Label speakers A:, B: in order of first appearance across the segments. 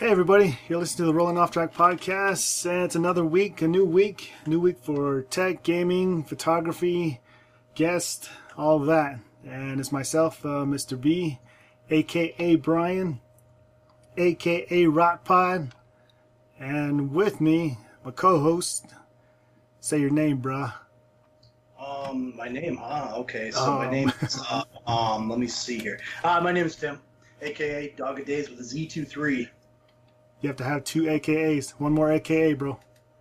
A: everybody. You're listening to the Rolling Off Track podcast. and It's another week, a new week, new week for tech, gaming, photography, guest, all of that. And it's myself, uh, Mr. B, aka Brian, aka Rock Pod, and with me, my co-host. Say your name, bruh.
B: Um, my name, huh? Okay, so
A: Oh.
B: my name is, uh, um, let me see here. Uh, my name is Tim, aka Dog of Days with a Z23.
A: You have to have two AKAs. One more AKA, bro.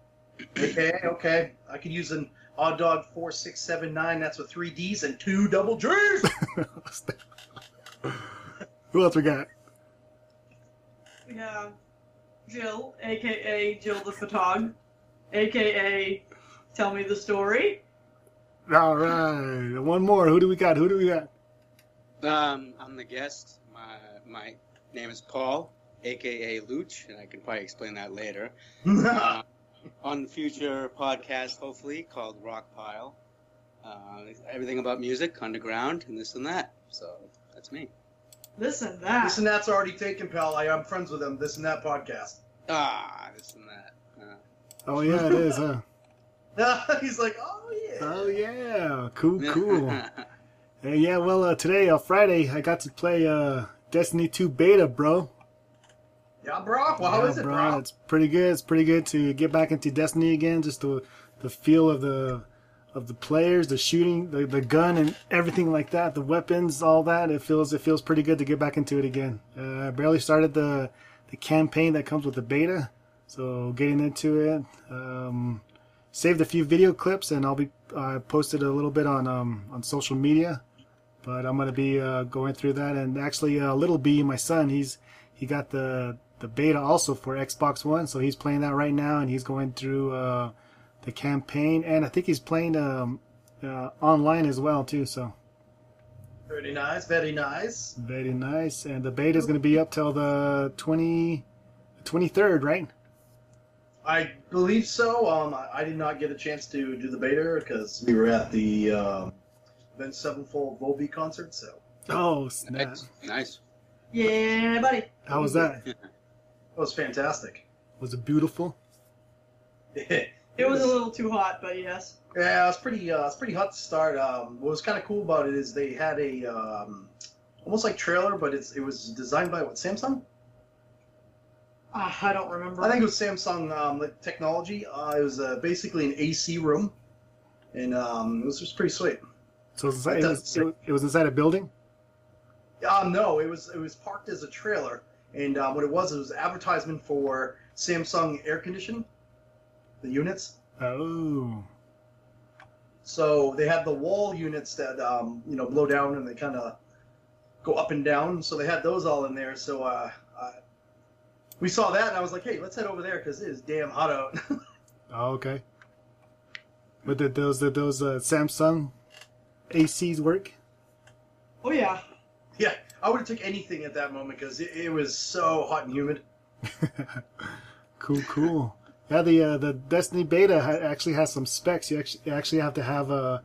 B: Okay, okay. I could use an odd dog 4679, that's with three D's and two double G's.
A: Who else we got?
C: We have Jill, aka Jill the Photog, aka Tell Me the Story.
A: All right, one more. Who do we got? Who do we got?
D: Um, I'm the guest. My my name is Paul, aka Luch, and I can probably explain that later. Uh, on future podcast, hopefully called Rock Pile. Uh, everything about music, underground, and this and that. So that's me.
C: This and that.
B: this and that's already taken, pal. I, I'm friends with them. This and that podcast.
D: Ah, this and that. Uh,
A: Oh yeah, it is, huh?
B: He's like, oh, yeah.
A: Oh yeah, cool, cool. hey, yeah, well, uh, today, uh, Friday, I got to play uh, Destiny 2 beta, bro.
B: Yeah, bro. Well, how
A: Yeah,
B: is it, bro?
A: It's pretty good. It's pretty good to get back into Destiny again. Just the the feel of the of the players, the shooting, the, the gun, and everything like that. The weapons, all that. It feels it feels pretty good to get back into it again. Uh, I barely started the the campaign that comes with the beta, so getting into it. Um, saved a few video clips, and I'll be I posted a little bit on um, on social media. But I'm gonna be uh, going through that, and actually, uh, little B, my son, he's he got the the beta also for Xbox One, so he's playing that right now, and he's going through uh, the campaign, and I think he's playing um, uh, online as well too. So
B: Very nice, very nice.
A: very nice, and the beta is going to be up till the 20, 23rd, right?
B: I believe so. Um, I, I did not get a chance to do the beta because we were at the um, Ben Sevenfold Volby concert. So
A: Oh snap!
D: Nice. nice.
C: yeah, buddy.
A: How was that?
B: it was fantastic.
A: Was it beautiful?
B: it
C: It was a little too hot, but yes.
B: yeah, it was pretty. Uh, it was pretty hot to start. Um, what was kind of cool about it is they had a um, almost like trailer, but it's it was designed by what Samsung?
C: Ah, I don't remember.
B: I think it was Samsung um, like, technology. Uh, it was uh, basically an AC room, and um, it was just pretty sweet.
A: So it was, inside, it, was, it was inside a building.
B: Um, no, it was it was parked as a trailer, and uh, what it was it was advertisement for Samsung air conditioning, the units.
A: Oh,
B: So they had the wall units that um, you know blow down and they kind of go up and down. So they had those all in there. So uh, uh, we saw that, and I was like, hey, let's head over there because it is damn hot out.
A: oh okay. But did those did those uh, Samsung ACs work?
C: oh, yeah.
B: yeah, I would have took anything at that moment because it, it was so hot and humid.
A: Cool, cool. Yeah, the uh, the Destiny beta ha- actually has some specs. You actually, you actually have to have a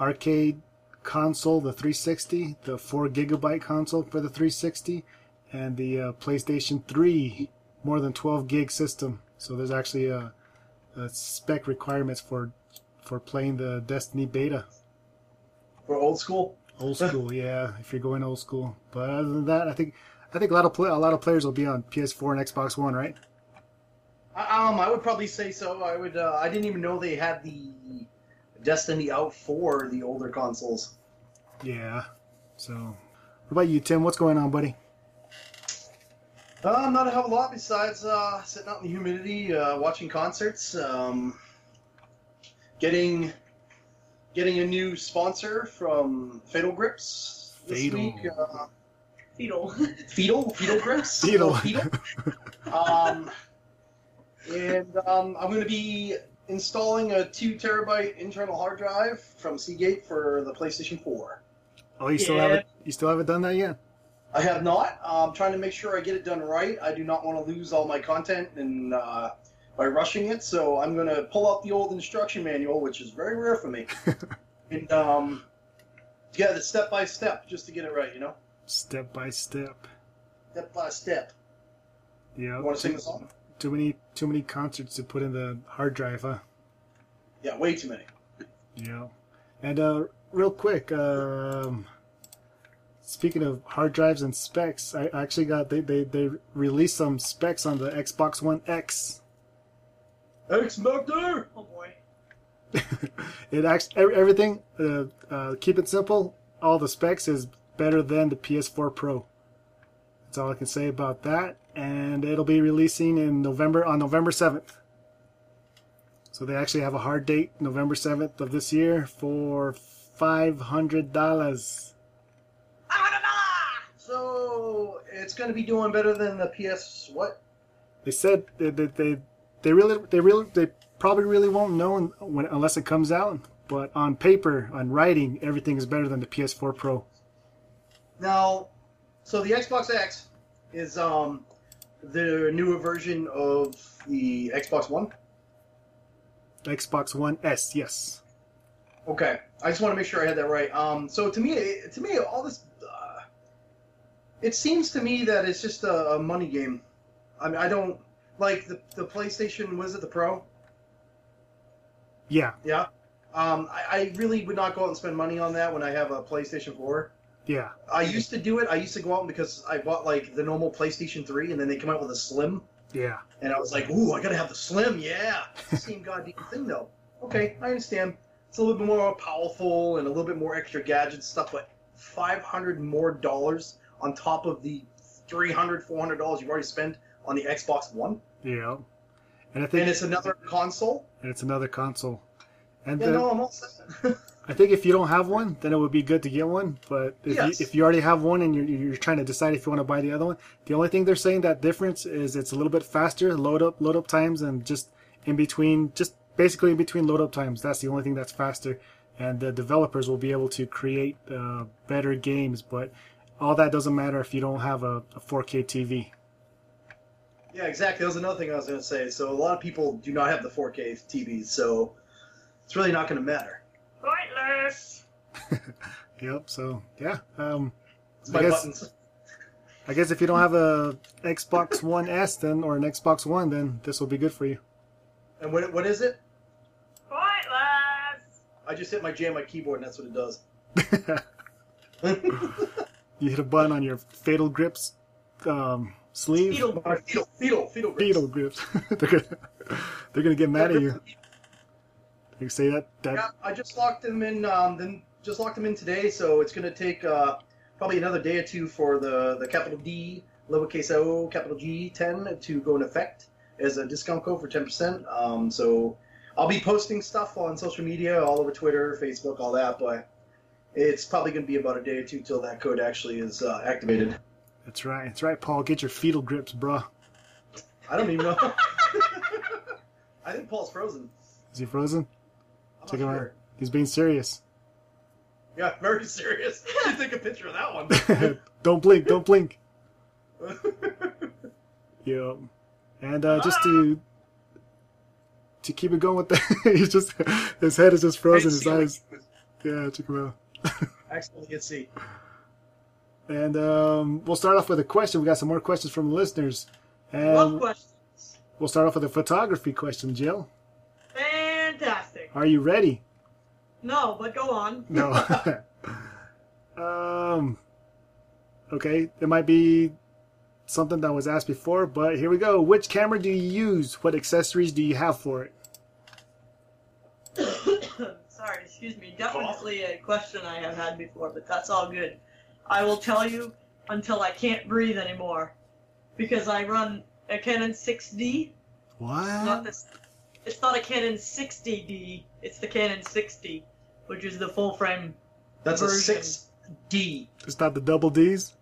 A: arcade console, the 360, the four gigabyte console for the 360, and the uh, PlayStation 3 more than 12 gig system. So there's actually a, a spec requirements for for playing the Destiny beta.
B: For old school,
A: Old school, yeah. If you're going old school, but other than that, I think I think a lot of play, a lot of players will be on PS4 and Xbox One, right?
B: I, um, I would probably say so. I would. Uh, I didn't even know they had the Destiny out for the older consoles.
A: Yeah. So, what about you, Tim? What's going on, buddy?
B: Um, not a hell of a lot besides uh, sitting out in the humidity, uh, watching concerts, um, getting getting a new sponsor from Fatal Grips this
A: Fatal.
B: week. Uh,
C: Fetal.
B: fetal, fetal grips,
A: Fetal.
B: fetal. um, and um, I'm going to be installing a two terabyte internal hard drive from Seagate for the PlayStation Four.
A: Oh, you still
C: Yeah.
A: haven't you still haven't done that yet?
B: I have not. I'm trying to make sure I get it done right. I do not want to lose all my content and uh, by rushing it. So I'm going to pull out the old instruction manual, which is very rare for me, and um, yeah, the step by step just to get it right. You know,
A: Step by step.
B: step by step.
A: Yeah.
B: You want to sing the song?
A: Too many too many concerts to put in the hard drive, huh?
B: Yeah, way too many.
A: Yeah. And uh, real quick, um, speaking of hard drives and specs, I actually got they, they they released some specs on the Xbox One X.
B: X Factor.
C: Oh boy.
A: It actually everything. Uh, uh, keep it simple. All the specs is better than the PS4 Pro. That's all I can say about that. And it'll be releasing in November on November seventh. So they actually have a hard date, November seventh of this year, for five hundred dollars.
C: Ah, da, da!
B: So it's going to be doing better than the PS what?
A: they said that they, they they really they really they probably really won't know when unless it comes out. But on paper, on writing, everything is better than the PS4 Pro.
B: Now, so the Xbox X is um the newer version of the Xbox One.
A: Xbox One S, yes.
B: Okay, I just want to make sure I had that right. Um, so to me, it- to me, all this, uh, it seems to me that it's just a, a money game. I mean, I don't like the the PlayStation. Was it the Pro?
A: Yeah,
B: Yeah. Um, I, I really would not go out and spend money on that when I have a PlayStation Four.
A: yeah,
B: I used to do it. I used to go out because I bought like the normal PlayStation Three, and then they come out with a Slim,
A: yeah.
B: and I was like, "Ooh, I gotta have the Slim, yeah." Same goddamn thing though. Okay, I understand. It's a little bit more powerful and a little bit more extra gadget stuff, but five hundred more dollars on top of the 300 400 dollars you've already spent on the Xbox One,
A: Yeah. And I think
B: and it's another console.
A: and it's another console. And
B: Yeah,
A: then,
B: no, I'm all set.
A: I think if you don't have one, then it would be good to get one. But if,
B: Yes.
A: you, if you already have one and you're, you're trying to decide if you want to buy the other one, the only thing they're saying that difference is it's a little bit faster load up load up times and just in between, just basically in between load up times. That's the only thing that's faster, and the developers will be able to create uh, better games. But all that doesn't matter if you don't have a, a 4K TV.
B: Yeah, exactly. That was another thing I was going to say. So a lot of people do not have the 4K TVs, so it's really not going to matter.
C: Pointless.
A: Yep. So yeah. Um,
B: It's my
A: I guess-
B: buttons.
A: I guess if you don't have a Xbox One S then or an Xbox One, then this will be good for you.
B: And what, what is it?
C: Pointless.
B: I just hit my J on my keyboard, and that's what it does.
A: You hit a button on your fatal grips um, sleeve.
C: Beetle.
B: my fetal, fetal, fetal. grips.
A: Fatal grips. they're gonna they're gonna get mad at you. You say that that
B: Yeah, I just locked them in. Um, then just locked them in today, so it's going to take uh, probably another day or two for the the capital D, lowercase O, capital G, ten to go in effect as a discount code for ten percent. Um, so I'll be posting stuff on social media, all over Twitter, Facebook, all that, but. It's probably going to be about a day or two till that code actually is uh, activated.
A: that's right. That's right, Paul. Get your fetal grips, bruh.
B: I don't even know. I think Paul's frozen.
A: Is he frozen?
B: I'm
A: Take him
B: not
A: out.
B: sure.
A: He's being serious.
B: Yeah, very serious. You take a picture of that one.
A: don't blink. Don't blink. Yeah. And uh, just to to keep it going with the he's just his head is just frozen. His eyes. Yeah, check him out.
B: Actually, let's see.
A: And um, we'll start off with a question. We got some more questions from the listeners.
C: Love
A: And
C: questions.
A: we'll start off with a photography question, Jill.
C: Fantastic.
A: Are you ready?
C: No, but go on.
A: No. um, okay, it might be something that was asked before, but here we go. Which camera do you use? What accessories do you have for it?
C: Sorry, excuse me. Definitely a question I have had before, but that's all good. I will tell you until I can't breathe anymore because I run a Canon 6D. Not
A: What?
C: this, it's not a Canon 60D, it's the Canon 60, which is the full frame.
B: That's a
C: Version.
B: six D.
A: It's not the double D's?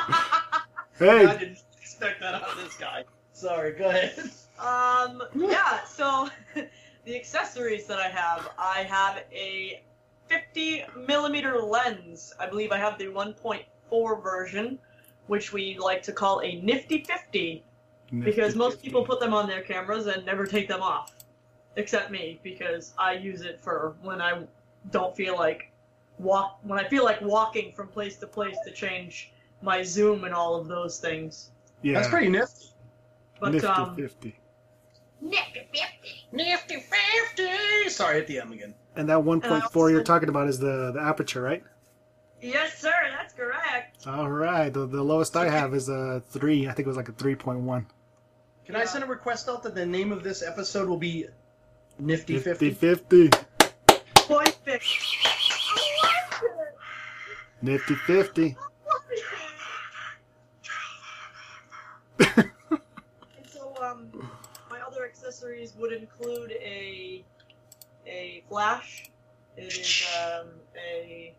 B: I
A: Hey,
B: didn't expect that out of this guy. Sorry, go ahead.
C: Um,
A: Hmm.
C: yeah, so the accessories that I have, I have a 50 millimeter lens. I believe I have the 1.4 version, which we like to call a nifty 50 because most people put them on their cameras and never take them off, except me because I use it for when I don't feel like walk when I feel like walking from place to place to change my Zoom and all of those things.
A: Yeah,
B: That's pretty nifty.
C: But
A: nifty
C: um,
A: fifty.
B: Nifty fifty. Sorry, hit the M again.
A: And that one point four
C: also-
A: you're talking about is the the aperture, right?
C: yes, sir, that's correct.
A: All right. The, the lowest I have is a three. I think it was like a three point one.
B: Can I send a request out that the name of this episode will be Nifty
A: Nifty
B: Fifty?
A: fifty.
C: Point fifty. I love it.
A: Nifty fifty.
C: And so, um, my other accessories would include a a flash. It is um, a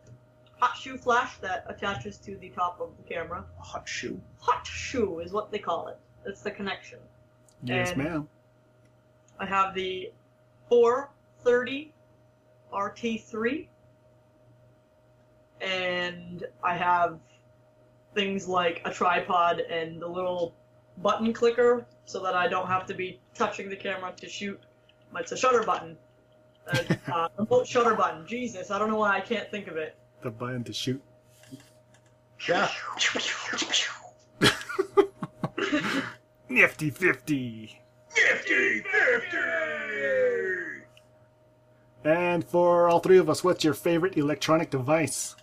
C: hot shoe flash that attaches to the top of the camera.
B: Hot shoe.
C: Hot shoe is what they call it. That's the connection.
A: Yes,
C: And-
A: ma'am.
C: I have the 430 RT3, and I have things like a tripod and the little button clicker so that I don't have to be touching the camera to shoot. It's a shutter button. A uh, remote shutter button. Jesus, I don't know why I can't think of it.
A: The button to shoot.
B: Yeah.
A: Nifty fifty.
B: Nifty Fifty.
A: And for all three of us, what's your favorite electronic device?
C: Oh,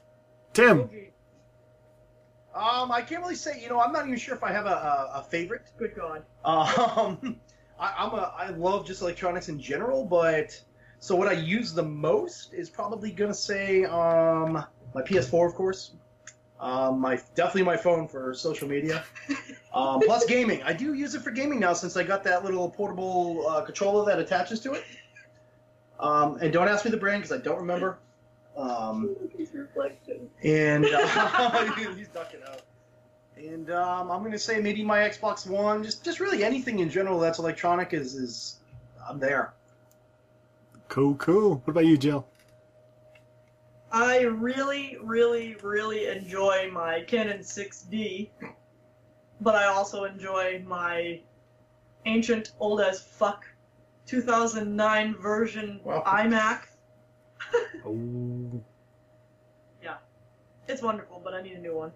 A: Tim.
B: Um, I can't really say. You know, I'm not even sure if I have a, a, a favorite.
C: Good God.
B: Um, I, I'm a I love just electronics in general, but so what I use the most is probably gonna say um my PS4, of course. Um, my definitely my phone for social media. Um, plus gaming. I do use it for gaming now since I got that little portable uh, controller that attaches to it. Um, and don't ask me the brand because I don't remember. Um,
C: His reflection.
B: and uh, he's ducking out. And um, I'm gonna say maybe my Xbox One, just just really anything in general that's electronic is is I'm there.
A: Cool, cool. What about you, Jill?
C: I really, really, really enjoy my Canon 6D, but I also enjoy my ancient, old as fuck 2009 version
B: Wow.
C: iMac.
A: Oh,
C: It's wonderful, but I need a new one.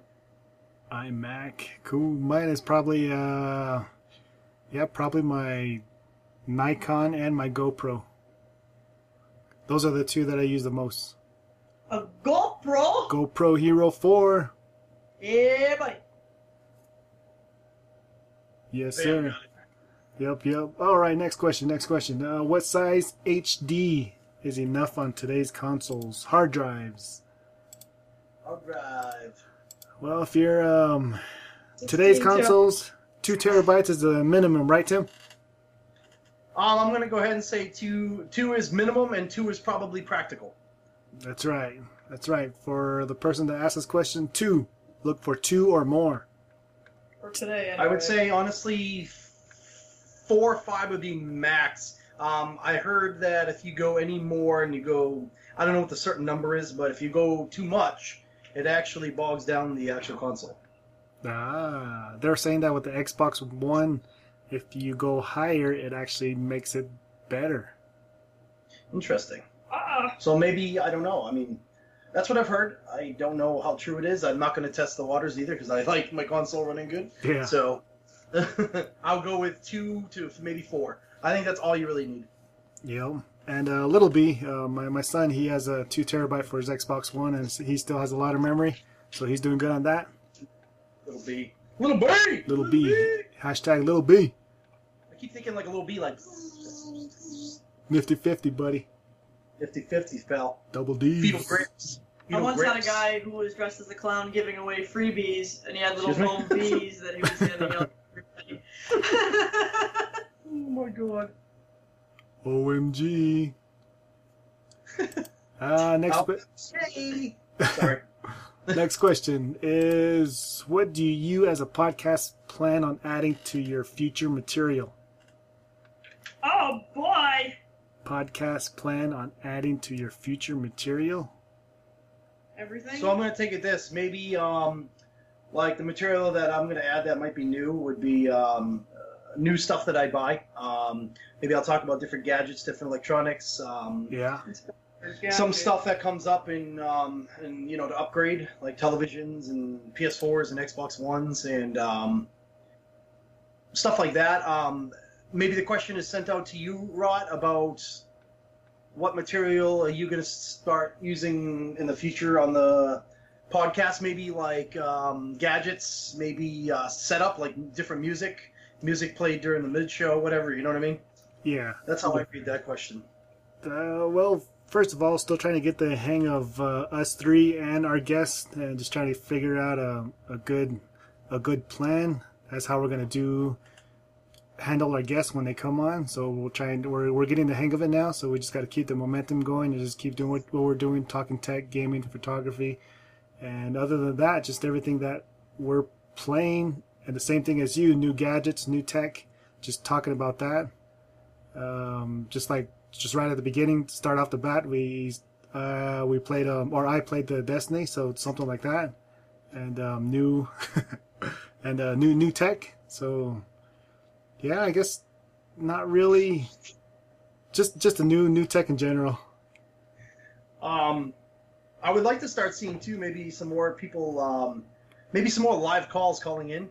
A: iMac. Cool. Mine is probably uh, yeah, probably my Nikon and my GoPro. Those are the two that I use the most.
C: A GoPro?
A: GoPro Hero 4.
C: yeah, buddy.
A: Yes,
D: Bam,
A: sir.
D: got
A: Yep, yep. All right, next question. Next question. Uh, what size HD is enough on today's consoles, hard drives?
B: I'll drive.
A: Well, if you're um, today's
C: 16 tera-
A: consoles, two terabytes is the minimum, right, Tim?
B: Um, I'm gonna go ahead and say two two is minimum and two is probably practical.
A: That's right. That's right. For the person that asked this question, two. Look for two or more.
C: For today,
B: I would
C: anyway.
B: say honestly, f- four or five would be max. Um, I heard that if you go any more and you go, I don't know what the certain number is, but if you go too much, it actually bogs down the actual console.
A: Ah, they're saying that with the Xbox One, if you go higher, it actually makes it better.
B: Interesting.
C: Uh-uh.
B: So maybe I don't know. I mean, that's what I've heard. I don't know how true it is. I'm not going to test the waters either because I like my console running good.
A: Yeah.
B: So I'll go with two to maybe four. I think that's all you really need.
A: Yep. And uh, little B, uh, my my son, he has a two terabyte for his Xbox One, and he still has a lot of memory, so he's doing good on that.
B: Little B. Little B. Little,
A: Little B, hashtag little B,
B: I keep thinking like a little B, like
A: nifty fifty, buddy,
B: 50 50s, pal.
A: double
B: Fetal
A: D.
B: grips.
C: I
B: Fetal
C: once had a
B: grips.
C: guy who was dressed as a clown giving away freebies, and he had little
B: Excuse me?
C: foam bees that he was handing out to everybody.
B: Oh my god.
A: OMG. Uh, next, que-
B: Hey. Sorry.
A: next question is What do you as a podcast plan on adding to your future material?
C: oh, boy.
A: Podcast plan on adding to your future material?
C: Everything?
B: So I'm gonna take it this. Maybe um, like the material that I'm gonna add that might be new would be um, uh, new stuff that I buy. Um, maybe I'll talk about different gadgets, different electronics. Um,
A: Yeah.
B: some stuff that comes up in um, and you know to upgrade like televisions and PS4s and Xbox Ones and um, stuff like that. Um, maybe the question is sent out to you, Rod, about what material are you going to start using in the future on the podcast? Maybe like um, gadgets, maybe uh, setup like different music, music played during the mid show, whatever. You know what I mean?
A: Yeah.
B: That's how I read that question.
A: Uh, well, first of all, still trying to get the hang of uh, us three and our guests, and just trying to figure out a, a good a good plan. That's how we're gonna do handle our guests when they come on. So we'll try and we're we're getting the hang of it now. So we just got to keep the momentum going and just keep doing what, what we're doing, talking tech, gaming, photography, and other than that, just everything that we're playing and the same thing as you, new gadgets, new tech, just talking about that. Um, just like just right at the beginning, start off the bat, we uh, we played um, or I played the Destiny, so it's something like that, and um, new and uh, new new tech. So yeah, I guess not really. Just just a new new tech in general.
B: Um, I would like to start seeing too maybe some more people, um, maybe some more live calls calling in.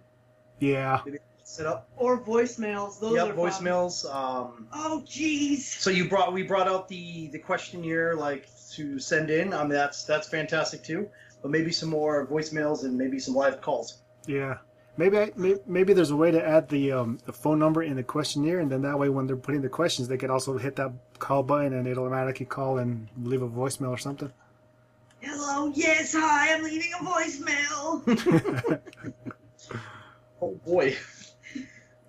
A: Yeah,
B: Set up.
C: Or voicemails. Those
B: yep,
C: are fun.
B: voicemails. Um,
C: Oh, jeez.
B: so you brought we brought out the the questionnaire like to send in. Um, that's that's fantastic too. But maybe some more voicemails and maybe some live calls.
A: yeah. Maybe I, may, maybe there's a way to add the um, the phone number in the questionnaire, and then that way when they're putting the questions, they could also hit that call button, and it'll automatically call and leave a voicemail or something.
C: Hello, yes, hi, I'm leaving a voicemail.
B: Oh boy.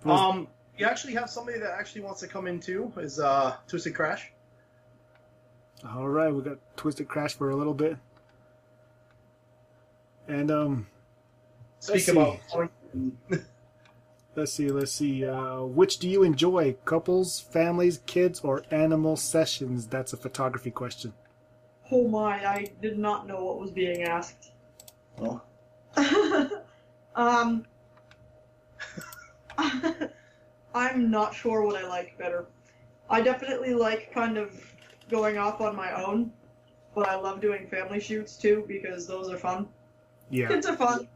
A: Was-
B: um, you actually have somebody that actually wants to come in too. Is uh Twisted Crash?
A: All right, we got Twisted Crash for a little bit, and um,
B: Speak
A: see.
B: about.
A: Let's see, let's see. Uh, which do you enjoy? Couples, families, kids, or animal sessions? That's a photography question.
C: oh my, I did not know what was being asked.
B: Well,
C: um, I'm not sure what I like better. I definitely like kind of going off on my own, but I love doing family shoots too because those are fun.
A: Yeah,
C: Kids are fun.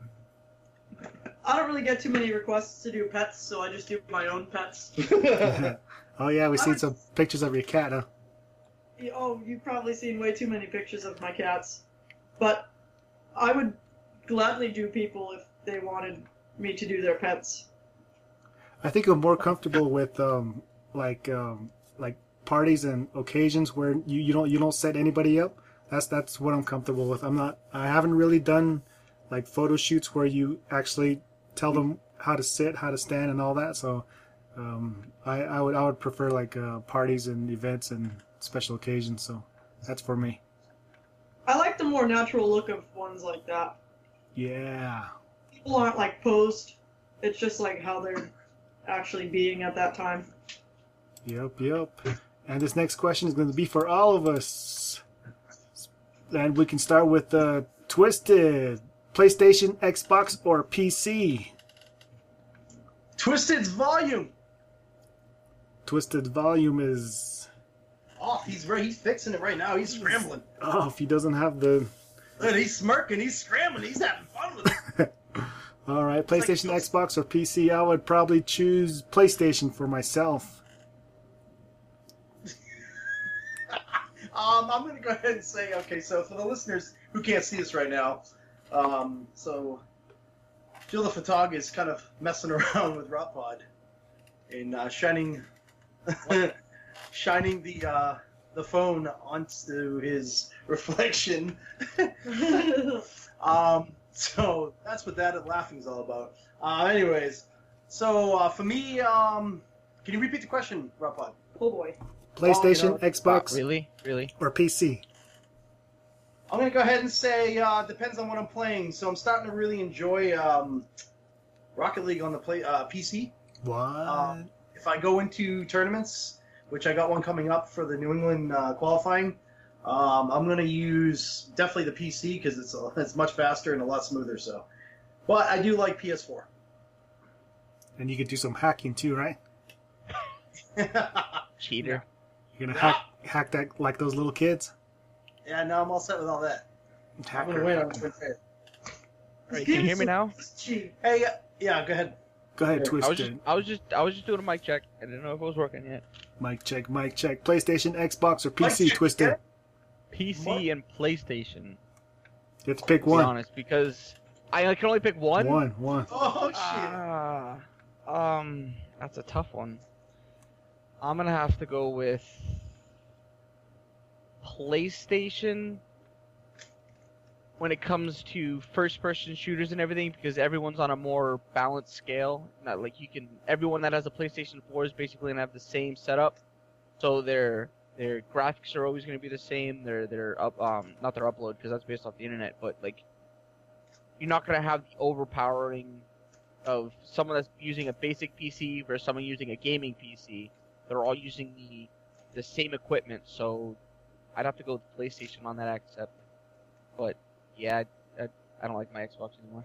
C: I don't really get too many requests to do pets, so I just do my own pets.
A: oh yeah, we seen some pictures of your cat. Huh?
C: Yeah, Oh, you've probably seen way too many pictures of my cats. But I would gladly do people if they wanted me to do their pets.
A: I think I'm more comfortable with um, like um, like parties and occasions where you, you don't you don't set anybody up. That's that's what I'm comfortable with. I'm not. I haven't really done like photo shoots where you actually tell them how to sit, how to stand, and all that. So um, I, I would I would prefer like uh, parties and events and special occasions. So that's for me.
C: I like the more natural look of ones like that.
A: Yeah.
C: People aren't like posed, it's just like how they're actually being at that time.
A: Yep, yep. And this next question is going to be for all of us. And we can start with uh, Twisted PlayStation, Xbox, or PC.
B: Twisted's volume.
A: Twisted volume is
B: Oh, he's right. He's fixing it right now. He's scrambling.
A: off. He doesn't have the.
B: Look, he's smirking. He's scrambling. He's having fun with it.
A: All right, PlayStation, Xbox, or PC. I would probably choose PlayStation for myself.
B: Um, I'm going to go ahead and say, okay, so for the listeners who can't see this right now, um, so Jill the Photog is kind of messing around with Rot Pod and uh, shining, shining the uh, the phone onto his reflection.
C: Oh,
B: Um, so that's what that laughing's all about. Uh, anyways, so uh, for me, um, can you repeat the question, Rot Pod?
C: oh boy.
A: PlayStation,
B: Oh,
A: Xbox,
E: Really? Really?
A: or PC.
B: I'm gonna go ahead and say uh, depends on what I'm playing. So I'm starting to really enjoy um, Rocket League on the play uh, PC.
A: What?
B: Um, if I go into tournaments, which I got one coming up for the New England uh, qualifying, um, I'm gonna use definitely the PC because it's a, it's much faster and a lot smoother. So, but I do like PS4.
A: and you could do some hacking too, right?
E: Cheater.
A: You're gonna hack hack that like those little kids.
B: Yeah, now I'm all set with all that. I'm gonna
A: Hacker.
B: win on Twin Fair.
E: Wait, can you hear me now?
B: Hey, yeah, yeah, go ahead.
A: Go ahead,
B: I was
A: twist
E: I was just,
A: it.
E: I was just, I was just doing a mic check. I didn't know if it was working yet.
A: Mic check, mic check. PlayStation, Xbox, or
B: Mic
A: PC,
B: check,
A: Twisted.
B: yeah.
E: PC
B: What?
E: and PlayStation.
A: You have to pick
E: To be
A: one.
E: honest, because I can only pick one.
A: One, one.
B: Oh shit!
E: Ah, um, that's a tough one. I'm gonna have to go with PlayStation when it comes to first-person shooters and everything, because everyone's on a more balanced scale. Not like you can. Everyone that has a PlayStation 4 is basically gonna have the same setup, so their their graphics are always gonna be the same. Their their up um not their upload because that's based off the internet, but like you're not gonna have the overpowering of someone that's using a basic PC versus someone using a gaming PC. They're all using the the same equipment, so I'd have to go with PlayStation on that accept. But yeah, I, I, I don't like my Xbox anymore.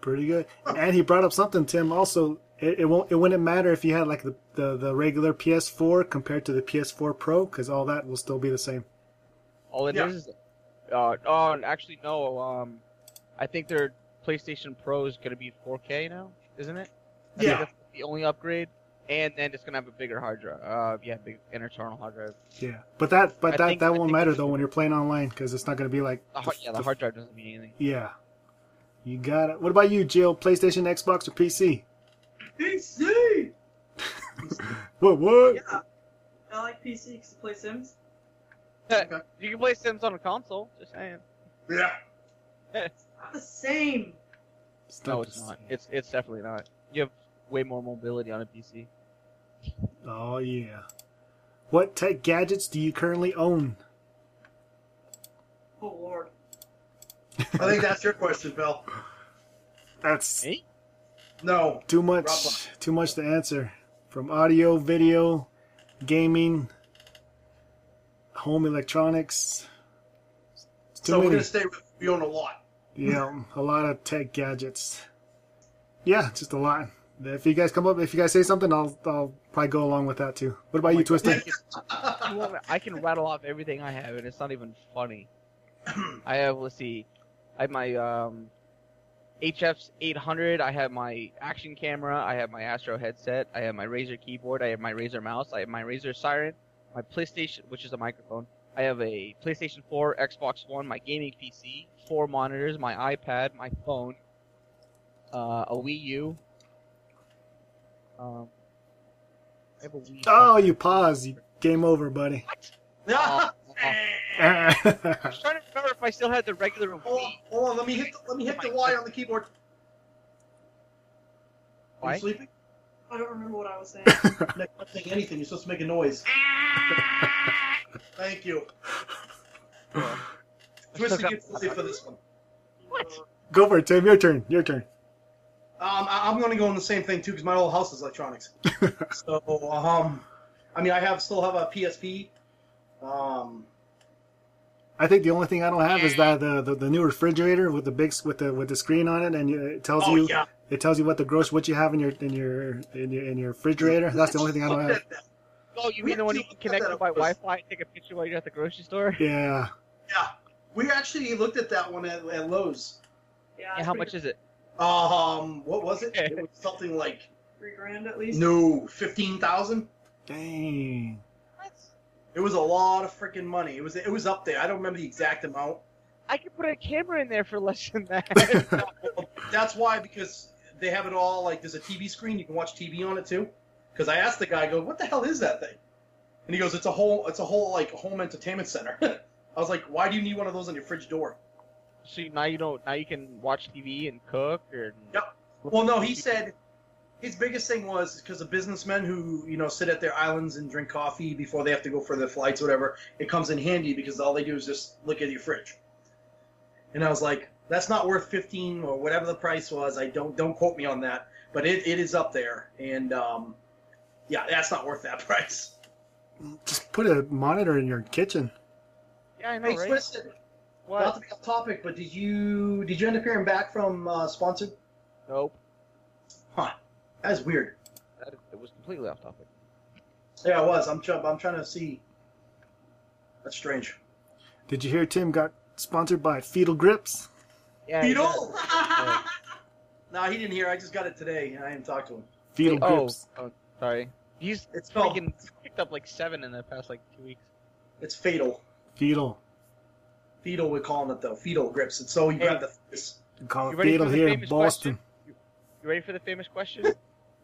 A: Pretty good. And he brought up something, Tim. Also, it, it won't. It wouldn't matter if you had like the, the, the regular PS4 compared to the PS4 Pro, because all that will still be the same.
E: All it is
B: Yeah.
E: is, uh, oh, actually no. Um, I think their PlayStation Pro is gonna be 4K now, isn't it? I think
B: Yeah.
E: that's the only upgrade, and then it's gonna have a bigger hard drive. Uh, yeah, big internal hard drive.
A: Yeah, but that but
E: I
A: that
E: think-
A: that
E: I
A: won't
E: think
A: matter
E: it's-
A: though when you're playing online, because it's not going to be like
E: The hard, yeah, the
A: f-
E: hard drive doesn't mean anything.
A: Yeah, you got it. What about you, Jill? PlayStation, Xbox, or PC?
C: PC.
A: What? What?
C: Yeah, I like PC because I play Sims.
B: Okay.
E: You can play Sims on a console. Just saying.
B: Yeah.
C: Not the same.
A: It's
E: No,
A: not
E: Oh, it's
A: the
E: not.
A: same.
E: It's it's definitely not. You have way more mobility on a PC.
A: Oh yeah. What tech gadgets do you currently own?
C: Oh lord.
B: I think that's your question, Bill.
A: That's
E: Me?
B: No.
A: too much.
B: Roblox.
A: Too much to answer. From audio, video, gaming, home electronics. It's too
B: So we're
A: many.
B: gonna stay with we own a lot.
A: Yeah, a lot of tech gadgets. Yeah, just a lot. If you guys come up, if you guys say something, I'll I'll probably go along with that too. What about you, Twisted?
E: You want me- I can rattle off everything I have, and it's not even funny. I have. Let's see. I have my um, HF's 800. I have my action camera. I have my Astro headset. I have my Razer keyboard. I have my Razer mouse. I have my Razer siren. My PlayStation, which is a microphone. I have a PlayStation 4, Xbox One, my gaming PC, four monitors, my iPad, my phone, uh, a Wii U. Um, I have a Wii
A: Oh, you pause. You, game over, buddy.
E: Oh, oh. I was
A: yeah,
E: trying to remember if I still had the regular
B: hold on,
E: Wii.
B: hold on. Let me hit. The, let me hit the Y on the keyboard. Are
E: Why?
B: you sleeping?
C: I don't remember what I was saying.
B: Nick, I'm not saying anything. You're supposed to make a noise.
C: Ah,
B: Thank you. Twisted gets to for this one.
E: What?
A: go for it, Tim. Your turn. Your turn.
B: Um, I, I'm going to go on the same thing too because my whole house is electronics. so, um, I mean, I have still have a PSP. Um,
A: I think the only thing I don't have is that uh, the, the, the new refrigerator with the big s- with the with the screen on it, and you- it tells
B: oh
A: you
B: yeah,
A: it tells you what the gross what you have in your in your in your in your refrigerator. That's the only thing I don't have.
E: Oh, you
B: We
E: mean the one you
B: actually
E: can
B: looked at
E: connect to
B: that
E: by
B: at first.
E: Wi-Fi and take a picture while you're at the grocery store?
A: Yeah,
B: yeah. We actually looked at that one at, at Lowe's.
C: Yeah.
E: Yeah,
C: it's
E: how
C: pretty
E: much is it?
B: Um, what was it? It was something like
C: good. Three grand at least.
B: no fifteen thousand.
A: dang.
B: It was a lot of freaking money. It was it was up there. I don't remember the exact amount.
E: I could put a camera in there for less than that.
B: That's why because they have it all like there's a TV screen you can watch TV on it too. Because I asked the guy, I go, what the hell is that thing? And he goes, it's a whole it's a whole like home entertainment center. I was like, why do you need one of those on your fridge door?
E: so now you don't. Now you can watch TV and cook or.
B: Yep. Well, no, he said his biggest thing was because of businessmen who you know sit at their islands and drink coffee before they have to go for their flights, whatever. It comes in handy because all they do is just look at your fridge. And I was like, that's not worth fifteen or whatever the price was. I don't don't quote me on that, but it, it is up there, and um, yeah, that's not worth that price.
A: Just put a monitor in your kitchen.
E: Yeah, I know,
B: Hey,
E: right?
B: Twisted, not to
E: What?
B: be off topic, but did you did you end up hearing back from uh, sponsored?
E: Nope.
B: Huh, that's weird.
E: That is, it was completely off topic.
B: Yeah, I was. I'm trying. I'm trying to see. That's strange.
A: Did you hear Tim got sponsored by Fetal Grips?
E: Yeah,
B: Beat
E: you got-
B: all. Nah, he didn't hear. I just got it today, and I didn't talk to him.
A: Fetal
E: Oh,
A: Grips.
E: oh, sorry. He's
B: It's called.
E: freaking picked up like seven in the past like two weeks.
B: It's fatal.
A: Fetal.
B: Fetal, we're calling it though. Fetal grips. It's so you
E: Hey.
B: grab the fist.
A: We call
E: You
A: it
E: ready
A: Fetal
E: for the
A: Uh, here in
E: famous
A: Boston.
E: You ready for the famous question?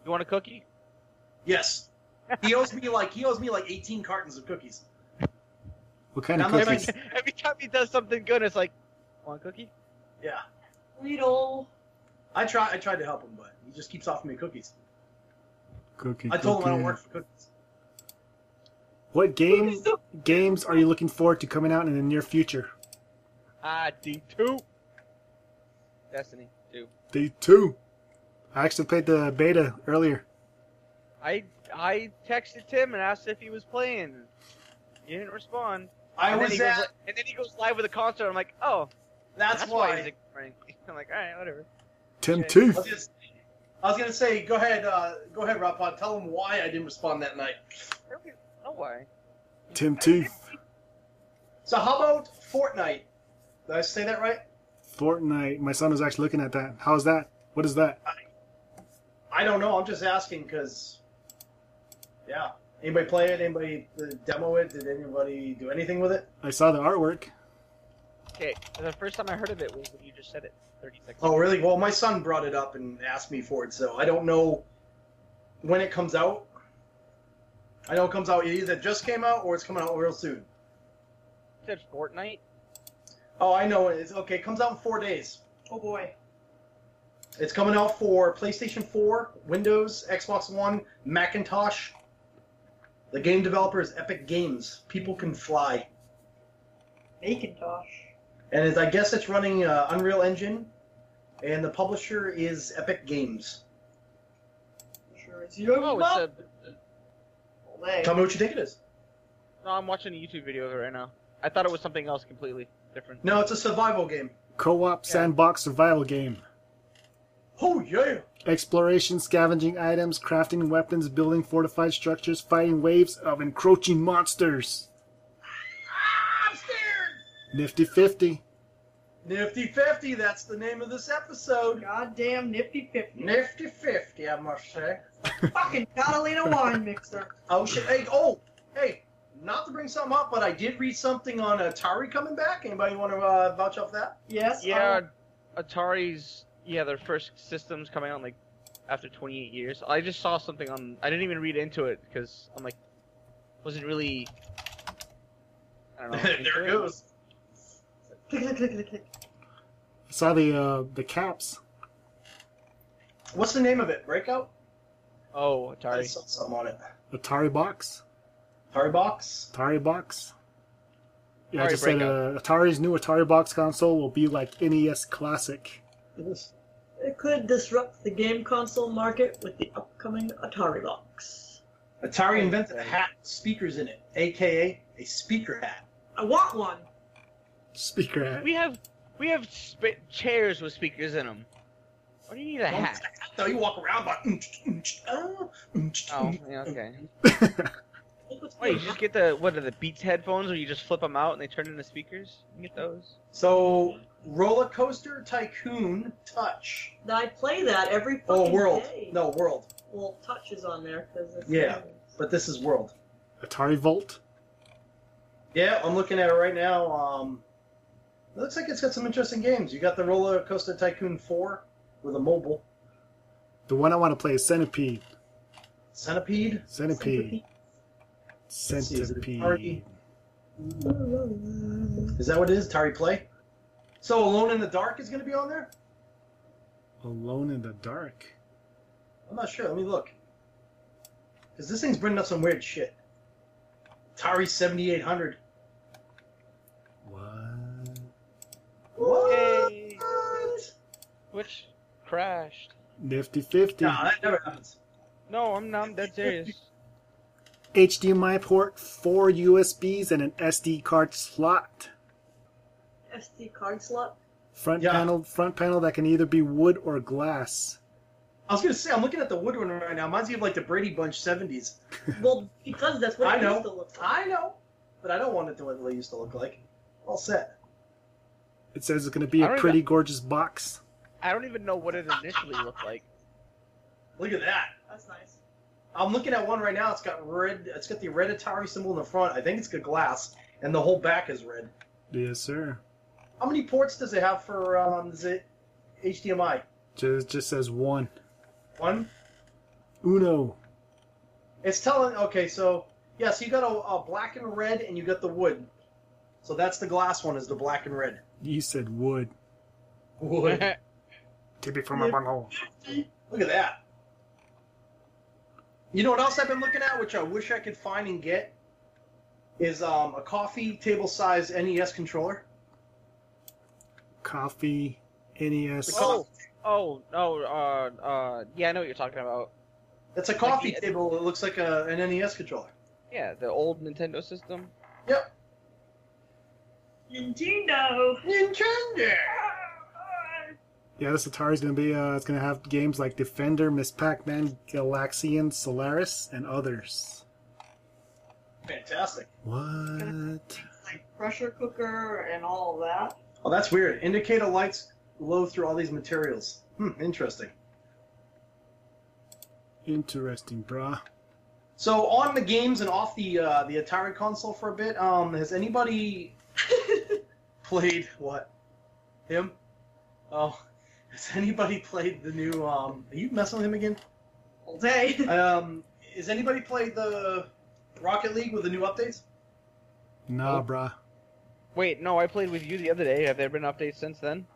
E: you want a cookie?
B: Yes. He owes me like he owes me like 18 cartons of cookies.
A: What kind of
B: I'm not
E: Every,
A: cookies?
E: every time he does something good, it's like, want a cookie?
B: Yeah.
C: Riddle.
B: I try. I tried to help him, but he just keeps offering me cookies.
A: Cookie,
B: I told him I don't
A: cookie.
B: work for cookies.
A: What game
C: He's so-
A: games are you looking forward to coming out in the near future?
E: Ah, D two. Destiny two.
A: Day two. I actually played the beta earlier.
E: I I texted Tim and asked if he was playing. He didn't respond.
B: I
E: and
B: was
E: then he
B: at.
E: goes, and then he goes live with a concert. I'm like, oh,
B: that's,
E: that's, why. he's ignoring me. I'm like, all right, whatever.
A: Tim
E: Okay.
B: I was
A: Tooth.
B: gonna say- I was gonna say, go ahead, uh, go ahead, Rob Pod. Tell him why I didn't respond that night.
E: I don't know Oh, why.
A: Tim Tooth.
B: So how about Fortnite? Did I say that right?
A: Fortnite. My son was actually looking at that. How's that? What is that?
B: I don't know. I'm just asking because, yeah. Anybody play it? Anybody uh, demo it? Did anybody do anything with it?
A: I saw the artwork.
E: Okay, the first time I heard of it was when you just said it. Thirty seconds.
B: Oh, really? Well, my son brought it up and asked me for it, so I don't know when it comes out. I know it comes out. It either just came out or it's coming out real soon.
E: You said Fortnite.
B: Oh, I know it is. Okay, it comes out in four days.
C: Oh boy.
B: It's coming out for PlayStation 4, Windows, Xbox One, Macintosh. The game developer is Epic Games. People can fly,
C: Macintosh.
B: and it, I guess it's running uh, Unreal Engine, and the publisher is Epic Games.
C: Sure is your
E: Oh, it's a.
C: leg.
B: Tell me what you think it is.
E: No, I'm watching a YouTube video of it right now. I thought it was something else completely different.
B: No, it's a survival game.
A: Co-op sandbox survival game.
B: Oh yeah.
A: Exploration, scavenging items, crafting weapons, building fortified structures, fighting waves of encroaching monsters.
B: I'm scared.
A: Nifty 50.
B: Nifty 50, that's the name of this episode.
C: Goddamn nifty fifty.
B: Nifty 50, I must say.
C: Fucking Catalina wine mixer.
B: Oh, shit. Hey, oh, hey, not to bring something up, but I did read something on Atari coming back. Anybody want to uh, vouch off that?
C: Yes. um,
E: Yeah, Atari's yeah their first systems coming out like after 28 years. I just saw something on. I didn't even read into it because I'm like wasn't really. I don't know. into
C: Click, click, click, click, click.
A: I saw the uh, the caps.
B: What's the name of it? Breakout?
E: Oh,
B: I
E: Atari.
B: saw something on it.
A: Atari box.
B: Atari box?
A: Atari box. Yeah, I
E: Atari
A: just said uh, Atari's new Atari box console will be like NES Classic.
B: It is.
C: It could disrupt the game console market with the upcoming Atari box.
B: Atari invented a hat with speakers in it, aka a speaker hat.
C: I want one.
A: Speaker hat.
E: We have we have sp- chairs with speakers in them. Why do you need a hat?
B: So you walk around mm, by. Oh,
E: Oh, yeah, okay.
C: Look what's
E: Wait,
C: going
E: you
C: on.
E: just get the what are the Beats headphones where you just flip them out and they turn into speakers? You get those?
B: So, Roller Coaster Tycoon Touch.
C: I play that every fucking
B: Oh, World.
C: day.
B: No, World.
C: Well, touch is on there because it's
B: Yeah. But this is World.
A: Atari Volt.
B: Yeah, I'm looking at it right now. Um, it looks like it's got some interesting games. You got the Roller Coaster Tycoon 4 with a mobile.
A: The one I want to play is Centipede.
B: Centipede.
A: Centipede.
B: Let's see, is it
A: Centipede.
B: Atari? Is that what it is? Atari Play? So Alone in the Dark is going to be on there?
A: Alone in the Dark.
B: I'm not sure. Let me look. Because this thing's bringing up some weird shit. Atari 7800.
A: What?
B: What?
E: Yay! Which crashed.
A: Nifty 50.
B: Nah, that never happens.
E: No, I'm not. I'm dead serious.
A: HDMI port, four USBs, and an SD card slot.
C: SD card slot.
A: Front
B: Yeah.
A: panel, front panel that can either be wood or glass.
B: I was gonna say I'm looking at the wood one right now. Reminds me of like the Brady Bunch '70s.
C: Well, because that's what
B: I
C: it
B: know.
C: used to look like.
B: I know, but I don't want it to what they used to look like. All set.
A: It says it's going to be
E: I
A: a
E: don't
A: pretty gorgeous box.
E: I don't even know what it initially looked like.
B: Look at that.
C: That's nice.
B: I'm looking at one right now. It's got red. It's got the red Atari symbol in the front. I think it's got glass, and the whole back is red.
A: Yes, sir.
B: How many ports does it have for um? Is it HDMI?
A: Just just says one.
B: One.
A: Uno.
B: It's telling. Okay, so yeah, so you got a, a black and red, and you got the wood. So that's the glass one. Is the black and red?
A: You said wood.
B: Wood.
A: Tip it from my
B: Yeah.
A: bunghole.
B: Look at that. You know what else I've been looking at, which I wish I could find and get, is um, a coffee table size NES controller.
A: Coffee. E NES.
E: oh, oh, no, uh, uh, yeah, I know what you're talking about.
B: It's a coffee
E: Like the-
B: table that looks like a, an NES controller.
E: Yeah, the old Nintendo system.
C: Nintendo.
B: Nintendo.
A: Yeah, this Atari's going to be. Uh, it's going to have games like Defender, Miss Pac-Man, Galaxian, Solaris, and others.
B: Fantastic.
A: What?
C: Like pressure cooker and all of that.
B: Oh, that's weird. Indicator lights glow through all these materials. Hmm, interesting.
A: Interesting, brah.
B: So on the games and off the uh, the Atari console for a bit. Um, has anybody played what? Him? Oh, has anybody played the new? Um, are you messing with him again?
C: All day.
B: Um, has anybody played the Rocket League with the new updates? Oh.
A: Nah, brah.
E: Wait, no, I played with you the other day. Have there been updates since then?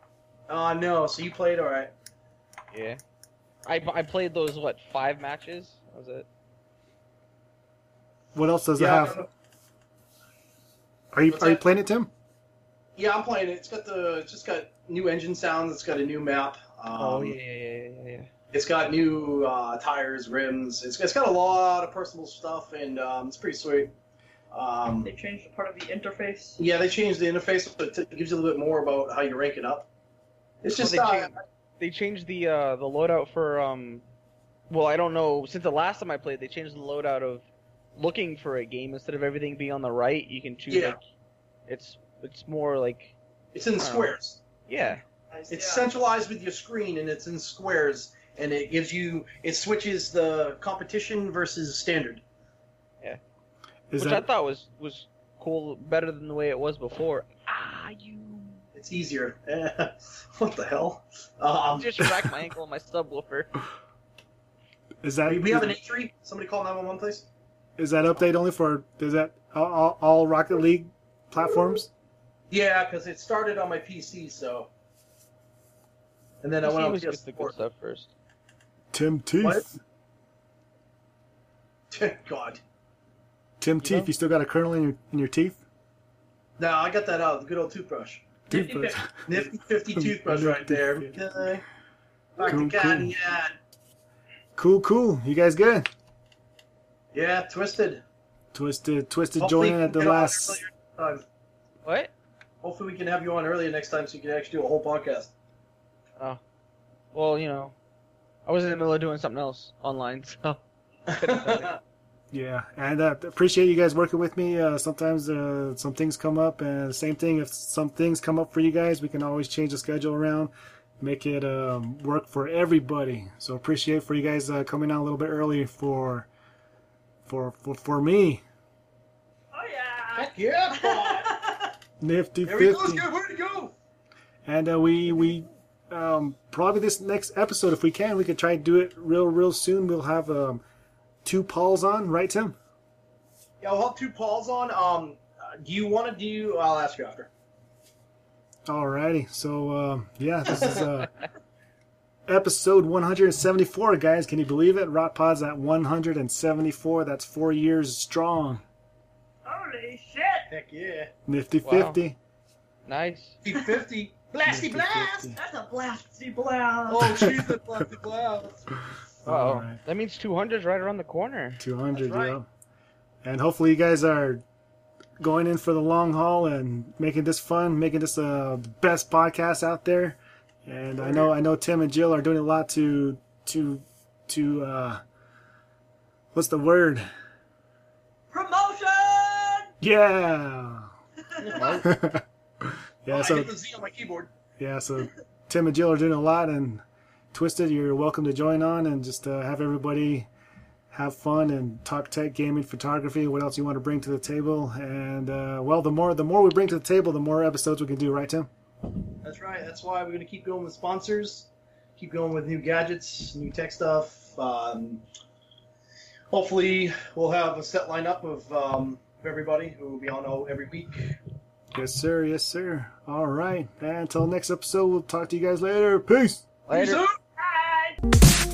B: Uh, no. So you played all right.
E: Yeah. I, I played those, what, five matches? That was it?
A: What else does it
B: Yeah,
A: have? Are you
B: What's
A: are you
B: that?
A: playing it, Tim?
B: yeah, I'm playing it. It's got the it's just got new engine sounds. It's got a new map. Um,
E: oh, yeah, yeah, yeah, yeah, yeah.
B: It's got new uh, tires, rims. It's, it's got a lot of personal stuff, and um, it's pretty sweet. Um,
C: They changed the part of the interface.
B: yeah, they changed the interface, but it gives you a little bit more about how you rank it up. It's
E: Well,
B: just
E: they
B: uh,
E: changed- they changed the uh, the loadout for um well I don't know since the last time I played they changed the loadout of looking for a game instead of everything being on the right you can choose
B: Yeah.
E: like it's it's more like
B: it's in
E: I don't know.
B: squares.
E: yeah
B: It's
C: yeah.
B: centralized with your screen, and it's in squares, and it gives you it switches the competition versus standard.
A: Is
E: which I
A: that
E: thought was was cool better than the way it was before ah you
B: It's easier. what the hell? Um,
E: just cracked my ankle on my subwoofer
A: is that
B: we have an entry. Somebody call 911, please.
A: is that update only for is that all, all, all Rocket League platforms?
B: Yeah, because it started on my PC, so. And then I went
E: See,
B: on
E: was just the good
B: PS4.
E: stuff first
A: Tim Teeth.
B: What? God,
A: Tim Teeth,
E: know?
A: you still got a kernel in your in your teeth?
B: no, I got that out. The good old toothbrush,
C: Nifty
A: Toothbrush.
B: nifty fifty toothbrush right there. Okay. Back
A: Cool,
B: to God, yeah.
A: cool, cool. You guys good?
B: yeah, twisted.
A: Twisted, twisted.
B: Hopefully
A: Join in
B: we
A: at the
B: can get on
A: last.
B: earlier next time.
E: what
B: Hopefully, we can have you on earlier next time, so you can actually do a whole podcast.
E: well you know I was in the middle of doing something else online so
A: Yeah, and uh, appreciate you guys working with me. Uh, sometimes uh, some things come up, and same thing. If some things come up for you guys, we can always change the schedule around, make it um, work for everybody. So appreciate for you guys uh, coming out a little bit early for for for, for me.
C: Oh yeah.
B: Heck yeah, boy.
A: Nifty
B: there he goes.
A: fifty.
B: Good, where to go?
A: and uh, we we um, probably this next episode, if we can, we could try and do it real real soon. We'll have um, two Pauls on, right, Tim?
B: Yeah, I'll have two Pauls on. Um, uh, do you want to do? I'll ask you after.
A: Alrighty, so um, yeah, this is uh, episode 174, guys. Can you believe it? Rot Pod's at 174. That's four years strong.
C: Holy shit!
B: Heck yeah.
A: Nifty
E: Wow.
A: 50.
E: nice
B: 50
A: Nifty
B: Blasty blast!
A: 50.
C: That's a blasty blast.
B: Oh, she's the blasty blast.
E: wow
A: Alright.
E: that means 200's right around the corner
A: 200,
B: That's right.
A: yeah. And hopefully, you guys are going in for the long haul and making this fun, making this uh, the best podcast out there. And I know, I know, Tim and Jill are doing a lot to, to, to, uh, what's the word?
C: Promotion!
A: Yeah. Yeah,
B: I
A: so
B: hit the Z on my keyboard.
A: yeah, so Tim and Jill are doing a lot, and Twisted, you're welcome to join on and just uh, have everybody have fun and talk tech, gaming, photography, what else you want to bring to the table. And uh, well, the more the more we bring to the table, the more episodes we can do, right, Tim?
B: That's right. That's why we're going to keep going with sponsors, keep going with new gadgets, new tech stuff. Um, hopefully, we'll have a set lineup of um, everybody who we all know every week.
A: Yes, sir. Yes, sir. All right. Until next episode, we'll talk to you guys later. Peace.
E: Later.
B: So-
C: Bye.